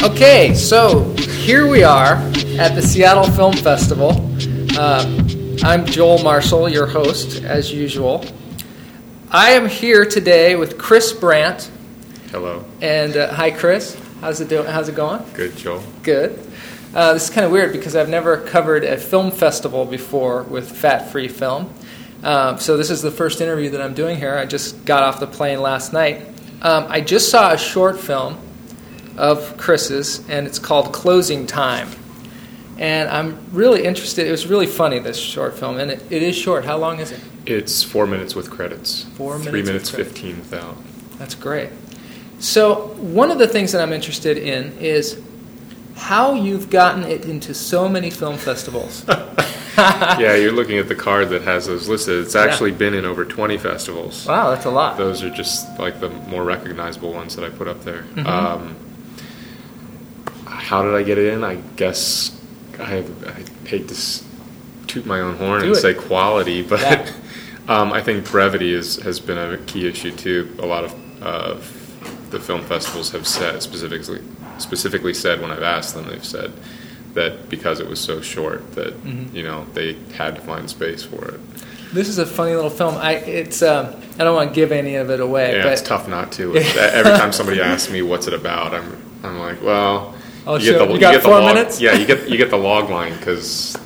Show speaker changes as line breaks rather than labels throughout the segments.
Okay, so here we are at the Seattle Film Festival. Uh, I'm Joel Marshall, your host, as usual. I am here today with Chris Brandt.
Hello.
And uh, hi, Chris. How's it doing? How's it going?
Good, Joel.
Good. Uh, this is kind of weird because I've never covered a film festival before with Fat Free Film. Um, so this is the first interview that I'm doing here. I just got off the plane last night. Um, I just saw a short film of Chris's, and it's called Closing Time. And I'm really interested. It was really funny this short film, and it, it is short. How long is it?
It's four minutes with credits.
Four
Three
minutes
minutes,
with
fifteen without.
That's great. So, one of the things that I'm interested in is how you've gotten it into so many film festivals.
yeah, you're looking at the card that has those listed. It's
Yeah.
actually been in over twenty festivals.
Wow, that's a lot.
Those are just like the more recognizable ones that I put up there.
Mhm.
Um, how did I get it in? I guess I, I hate to s- toot my own horn
Do
and
it.
say quality, but
Yeah.
um, I think brevity is, has been a key issue too. A lot of uh, the film festivals have said specifically specifically said when I've asked them, they've said that because it was so short that
Mhm.
you know they had to find space for it.
This is a funny little film. I it's um, I don't want to give any of it away,
yeah,
but
it's tough not to. E-, Every time somebody asks me what's it about, I'm I'm like, well,
Oh, sure. You got
the
four
log,
minutes?
Yeah, you get you get the log line because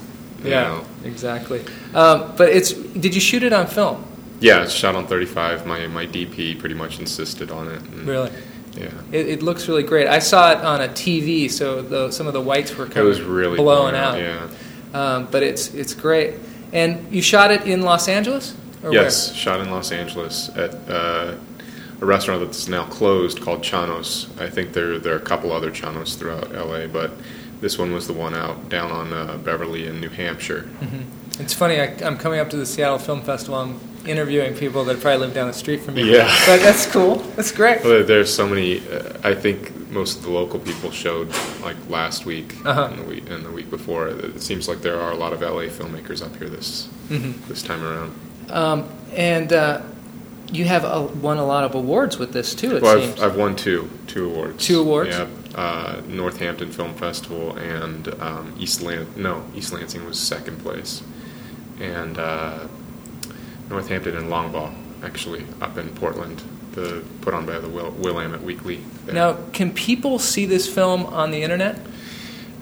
yeah, exactly. Um, but it's did you shoot it on film?
yeah, it's shot on 35. My my DP pretty much insisted on it. and-
Really,
Yeah.
it, it looks really great. I saw it on a TV, so the, some of the whites were
It
kind
was
of
really
blown
boring,
out.
Yeah.
Um, but it's it's great. And you shot it in Los Angeles? Or
yes, shot in Los Angeles at uh, a restaurant that's now closed called Chano's. I think there there are a couple other Chano's throughout LA, but this one was the one out down on uh, Beverly in New Hampshire.
Where? It's funny. I, I'm coming up to the Seattle Film Festival. I'm interviewing people that probably live down the street from me.
Yeah.
But that's cool. That's great.
Well, There's so many. Uh, I think most of the local people showed like last week
Uh-huh.
and, the week and the week before. It seems like there are a lot of LA filmmakers up here this
Mm-hmm.
this time around.
Um, and uh, you have uh won a lot of awards with this too. It
well,
seems.
I've, I've won two two awards.
Two awards?
Yeah, uh, Northampton Film Festival and um, East Lan- No, East Lansing was second place, and uh, Northampton and Longbaugh actually up in Portland. The put on by the Will- Willamette Weekly. there.
now, can people see this film on the internet?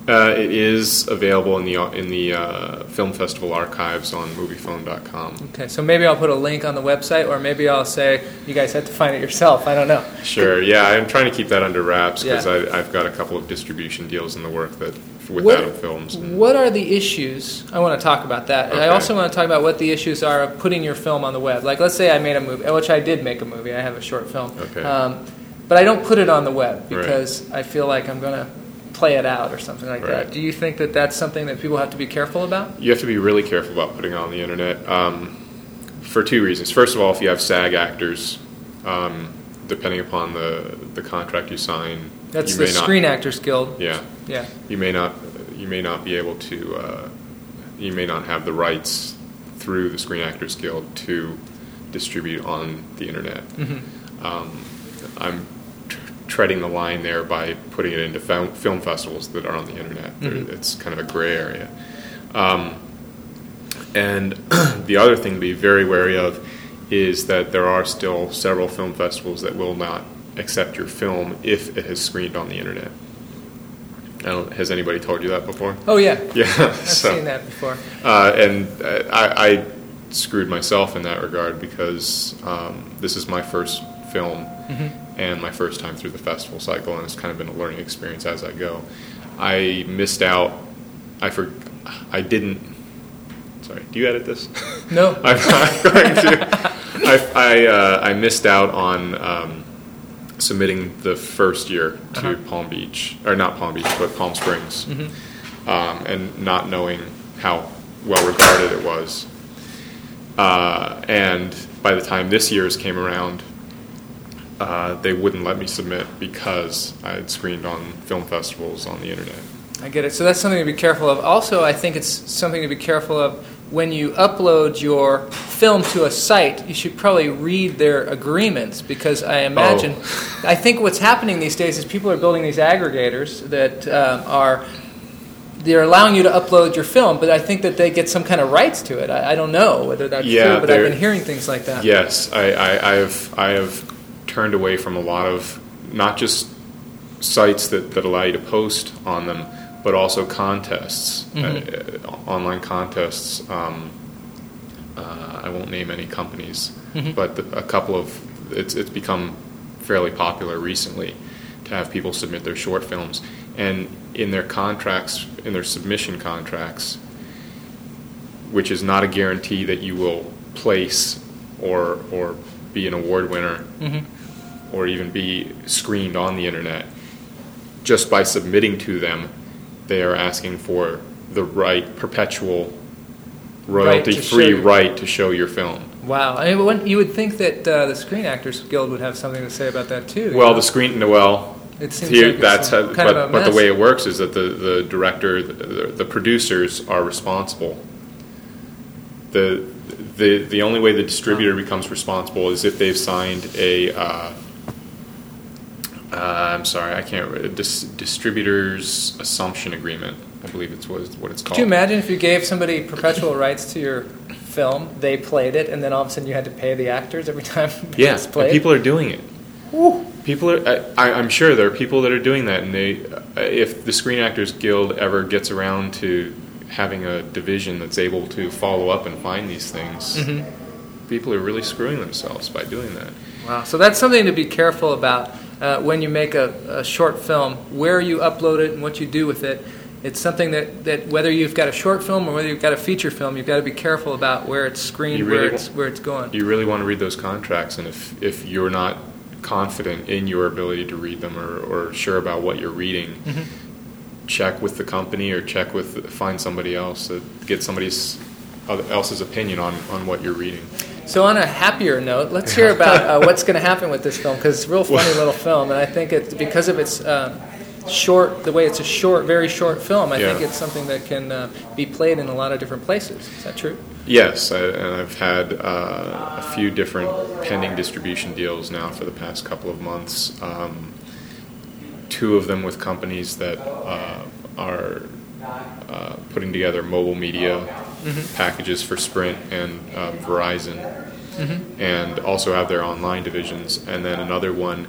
Uh, it is available in the in the uh, film festival archives on moviephone.com.
Okay, so maybe I'll put a link on the website, or maybe I'll say you guys have to find it yourself. I don't know.
Sure, yeah, I'm trying to keep that under wraps because
Yeah.
I've got a couple of distribution deals in the work that with
What-
Adam Films.
What are the issues? I want to talk about that. And I
Okay.
also want to talk about what the issues are of putting your film on the web. Like, let's say I made a movie, uh, which I did make a movie. I have a short film.
Okay.
Um, but I don't put it on the web
Right.
because I feel like I'm going to play it out or something like that.
Right.
Do you think that that's something that people have to be careful about?
You have to be really careful about putting it on the internet um, for two reasons. First of all, if you have SAG actors, um, depending upon the the contract you sign,
That's
you
the
may not-
Screen Actors Guild.
Yeah,
Yeah.
you may not you may not be able to uh, you may not have the rights through the Screen Actors Guild to distribute on the internet.
Mhm.
Um, I'm tr- treading the line there by putting it into fil- film festivals that are on the internet. There-
Mhm.
It's kind of a gray area. Um, and the other thing to be very wary of is that there are still several film festivals that will not accept your film if it has screened on the internet. I don't, has anybody told you that before?
Oh, yeah.
Yeah.
I've
so,
seen that before.
Uh, and uh, I, I screwed myself in that regard because um, this is my first film
Mm-hmm.
and my first time through the festival cycle, and it's kind of been a learning experience as I go. I missed out. I for, I didn't. Sorry. Do you edit this?
No.
I'm not going to. I, I, uh, I missed out on um, submitting the first year to
Uh-huh.
Palm Beach, or not Palm Beach, but Palm Springs, um, and not knowing how well regarded it was. Uh, and by the time this year's came around, uh, they wouldn't let me submit because I had screened on film festivals on the internet.
I get it. So that's something to be careful of. Also, I think it's something to be careful of when you upload your film to a site, you should probably read their agreements because I imagine,
Oh.
I think what's happening these days is people are building these aggregators that um, are they're allowing you to upload your film, but I think that they get some kind of rights to it. I, I don't know whether that's
Yeah,
true, but I've
they're-
been hearing things like that.
Yes, I, I, I have I have turned away from a lot of not just sites that, that allow you to post on them, but also contests, uh, uh, online contests. Um, uh, I won't name any companies, but the, a couple of it's it's become fairly popular recently to have people submit their short films, and in their contracts, in their submission contracts, which is not a guarantee that you will place or or be an award winner or even be screened on the internet. Just by submitting to them, they are asking for the right perpetual
Right to
royalty free
share.
right to show your film.
Wow. I mean, when, you would think that uh, the Screen Actors Guild would have something to say about that too.
Well, the screen, well,
It seems
here-
like it's
that's
a-
how,
kind of
but,
a
but the
mess.
way it works is that the, the director, the, the, the producers are responsible. The, the, the only way the
Oh.
distributor becomes responsible is if they've signed a, uh, uh, I'm sorry, I can't, re- dis, distributor's assumption agreement, I believe it's what, it's- what it's called.
Could you imagine if you gave somebody perpetual rights to your film, they played it, and then all of a sudden you had to pay the actors every time
Yeah,
it's
and
played?
people are doing it. People are. uh, I, I- I'm sure there are people that are doing that, and they, uh, if the Screen Actors Guild ever gets around to having a division that's able to follow up and find these things,
Mm-hmm.
people are really screwing themselves by doing that.
Wow. So that's something to be careful about uh, when you make a, a short film, where you upload it and what you do with it. It's something that, that whether you've got a short film or whether you've got a feature film, you've got to be careful about where it's screened,
You really
where it's where it's going.
You really want to read those contracts, and if if you're not confident in your ability to read them or, or sure about what you're reading. Check with the company, or check with find somebody else that get somebody's else's opinion on, on what you're reading.
So on a happier note, let's hear about uh, what's going to happen with this film because it's a real funny little film, and I think it's because of its um, short, the way it's a short, very short film. I
Yeah.
think it's something that can uh, be played in a lot of different places. Is that true?
Yes, I, and I've had uh, a few different pending distribution deals now for the past couple of months. Um, two of them with companies that uh, are uh, putting together mobile media packages for Sprint and uh, Verizon, and also have their online divisions. And then another one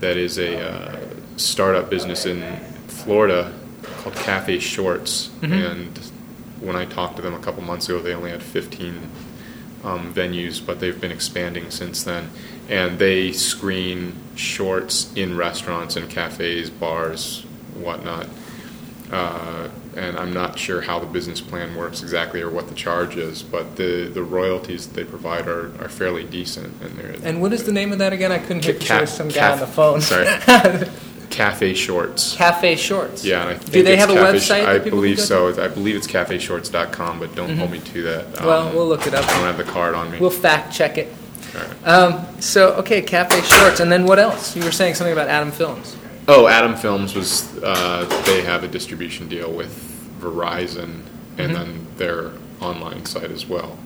that is a uh, startup business in Florida called Cafe Shorts. And when I talked to them a couple months ago, they only had 15 um, venues, but they've been expanding since then. And they screen shorts in restaurants and cafes, bars, whatnot. Uh, and I'm not sure how the business plan works exactly or what the charge is, but the, the royalties that they provide are, are fairly decent. And they're
And what is the name of that again? I couldn't hear. 'cause there
Ca-
was some guy
caf-
on the phone.
Sorry, cafe shorts.
Cafe Shorts.
Yeah, and I
Do
think
they
it's
have a
cafe
website?
I
that people
believe
can
so. It's- I believe it's cafeshorts.com, but don't hold me to that. Um,
Go to? Well, we'll look it
I don't
up.
have the card on me.
We'll fact check it.
All right.
Um, so okay, Cafe Shorts, and then what else? You were saying something about Adam Films.
Oh, Adam Films was uh, they have a distribution deal with Verizon
Mm-hmm.
and then their online site as well.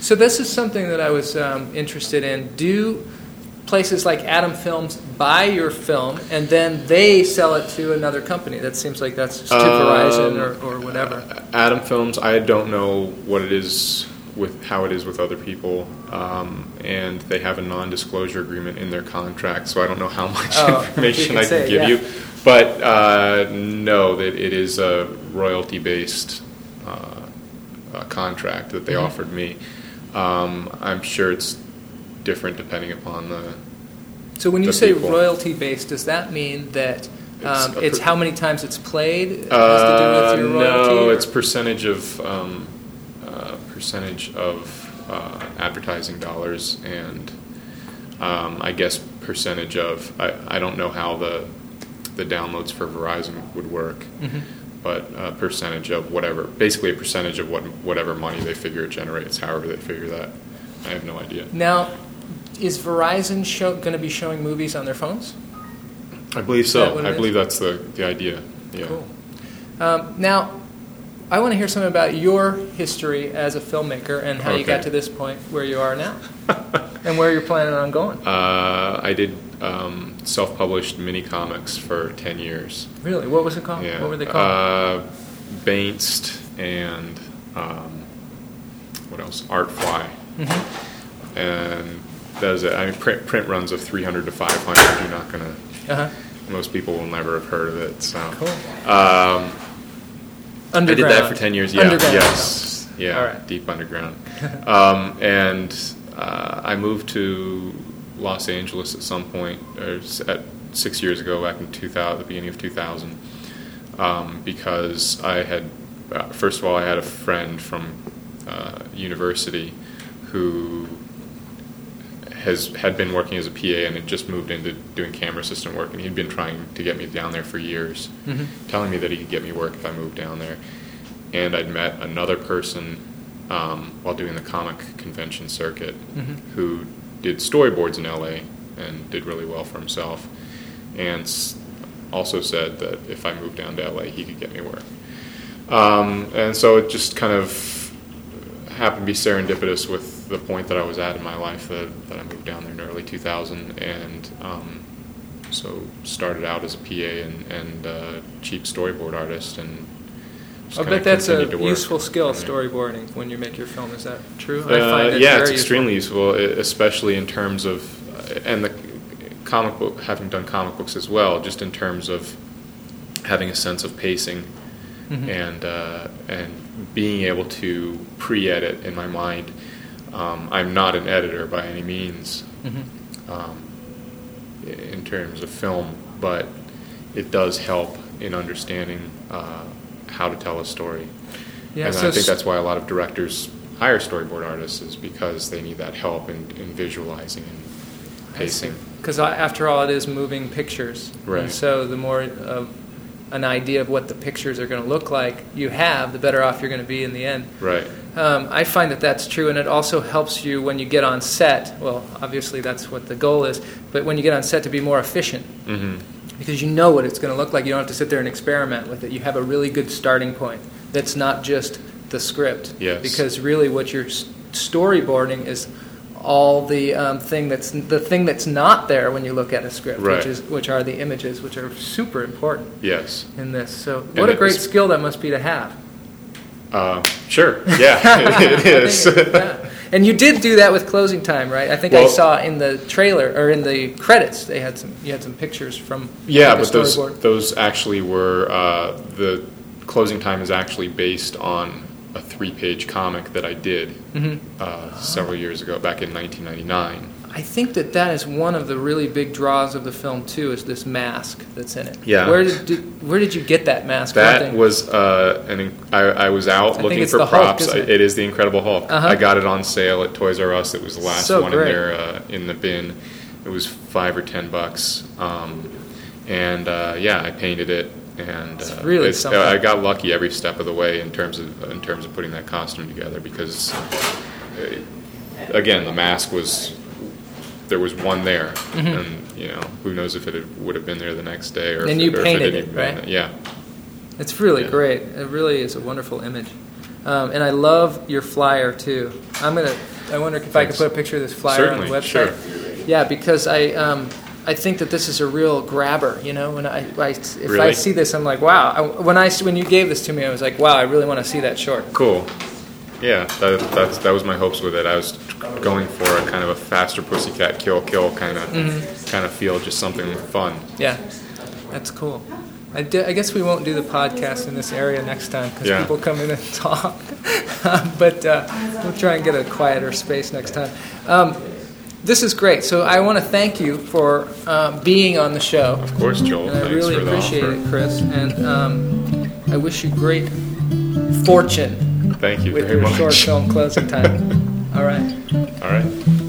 So this is something that I was um, interested in. Do places like Adam Films buy your film and then they sell it to another company? That seems like that's to Verizon or,
Um,
or whatever.
Adam Films, I don't know what it is with how it is with other people, um, and they have a non-disclosure agreement in their contract, so I don't know how much
Oh, you
information
can
I can
say,
give
yeah.
you. But uh, no, that it is a royalty-based uh, uh, contract that
Mm-hmm.
they offered me. Um, I'm sure it's different depending upon the
So when you
The
say
people.
royalty based, does that mean that
It's
um,
a
it's,
per-
how many times it's played? It
Uh,
has to do with your royalty?
no,
or-
it's percentage of um, uh, percentage of uh, advertising dollars, and um, I guess percentage of. I, I don't know how the the downloads for Verizon would work,
Mm-hmm.
but uh percentage of whatever, basically a percentage of what whatever money they figure it generates, however they figure that. I have no idea.
now. Is Verizon show, going to be showing movies on their phones?
I believe
that
so.
what it
I
is?
believe that's the the idea. Yeah.
Cool. Um, now, I want to hear something about your history as a filmmaker and how you got
Okay.
to this point where you are now and where you're planning on going.
Uh, I did um, self-published mini comics for ten years.
Really, what was it called?
Yeah.
Oh, What were they called?
Uh, Bainst and um, what else? Artfly.
Mm-hmm.
And that was it. I mean, print, print runs of 300 to 500. You're not gonna.
uh-huh.
Most people will never have heard of it. So.
Cool.
Um, I did
Underground.
that for 10 years. Yeah.
Underground.
Yes. Yeah.
All right.
Deep underground. um, and uh, I moved to Los Angeles at some point, or s- at six years ago, back in 2000, the beginning of 2000, um, because I had, uh, first of all, I had a friend from uh, university who has had been working as a PA and had just moved into doing camera system work, and he'd been trying to get me down there for years,
Mm-hmm.
telling me that he could get me work if I moved down there. And I'd met another person um, while doing the comic convention circuit who did storyboards in LA and did really well for himself, and s- also said that if I moved down to LA, he could get me work. Um, and so it just kind of happened to be serendipitous with the point that I was at in my life that, that I moved down there in early 2000 and um, so started out as a PA and, and uh, cheap storyboard artist and just
I
kinda
bet that's a
continued to work.
useful skill,
I mean,
storyboarding, when you make your film. Is that true?
uh, yeah, it's extremely useful, e- especially in terms of, and the comic book, having done comic books as well, just in terms of having a sense of pacing and uh, and being able to pre-edit in my mind. Um, I'm not an editor by any means
Mm-hmm.
um, i- in terms of film, but it does help in understanding uh, how to tell a story.
Yeah,
and
so
I think
s-
that's why a lot of directors hire storyboard artists is because they need that help in, in visualizing and pacing.
Because after all, it is moving pictures.
Right.
And so the more of an idea of what the pictures are going to look like you have, the better off you're going to be in the end.
Right.
Um, I find that that's true, and it also helps you when you get on set. Well, obviously that's what the goal is, but when you get on set to be more efficient,
hmm
because you know what it's going to look like. You don't have to sit there and experiment with it. You have a really good starting point. That's not just the script.
Yes.
Because really, what you're s- storyboarding is all the um, thing that's the thing that's not there when you look at a script,
Right.
which is which are the images, which are super important
Yes.
in this. So,
And
what a
it
great
was-
skill that must be to have.
Uh, sure. Yeah, it is.
I think it- yeah. And you did do that with closing time, right? I think I
Well-
saw in the trailer or in the credits they had some you had some pictures from
Yeah,
like a
but those
storyboard.
those actually were uh, the closing time is actually based on a three page comic that I did
Mm-hmm.
uh, several years ago, back in 1999.
I think that that is one of the really big draws of the film too, is this mask that's in it.
Yeah.
Where did, did where did you get that mask? One
That
thing-
was uh, an in- I, I was out
think
looking
it's
for
the Hulk,
props.
isn't it?
I- it is the Incredible Hulk.
Uh-huh.
I got it on sale at Toys R Us. It was the last
So
one
great.
in there uh, in the bin. It was five or ten bucks, um, and uh, yeah, I painted it. And
It's
uh,
really
it's-
something.
I got lucky every step of the way in terms of in terms of putting that costume together because, uh, again, the mask was there was one there,
Mm-hmm.
and you know who knows if it had, would have been there the next day or
And
if
you
it, or if
painted
it,
it,
had
right?
been- Yeah.
It's really
Yeah.
great. It really is a wonderful image, um, and I love your flyer too. I'm gonna. I wonder if I could
Thanks.
put a picture of this flyer on the website.
Certainly,
Yeah, because I um, I think that this is a real grabber. You know, when I, I if I
Really?
see this, I'm like, wow. I, when I when you gave this to me, I was like, wow, I really want to see that short.
Cool. Yeah, that, that's, that was my hopes with it. I was going for a kind of a faster pussycat kill kill kind of
Mm-hmm.
kind of feel, just something fun.
Yeah, that's cool. I, d- I guess we won't do the podcast in this area next time because
Yeah.
people come in and talk. but uh, we'll try and get a quieter space next time. Um, this is great. So I want to thank you for uh, being on the show.
Of course, Joel.
And I
thanks
really
for the
appreciate
offer.
it, Chris. And um, I wish you great fortune
Thank you
with
very
your short
much.
film closing time. All right.
All right.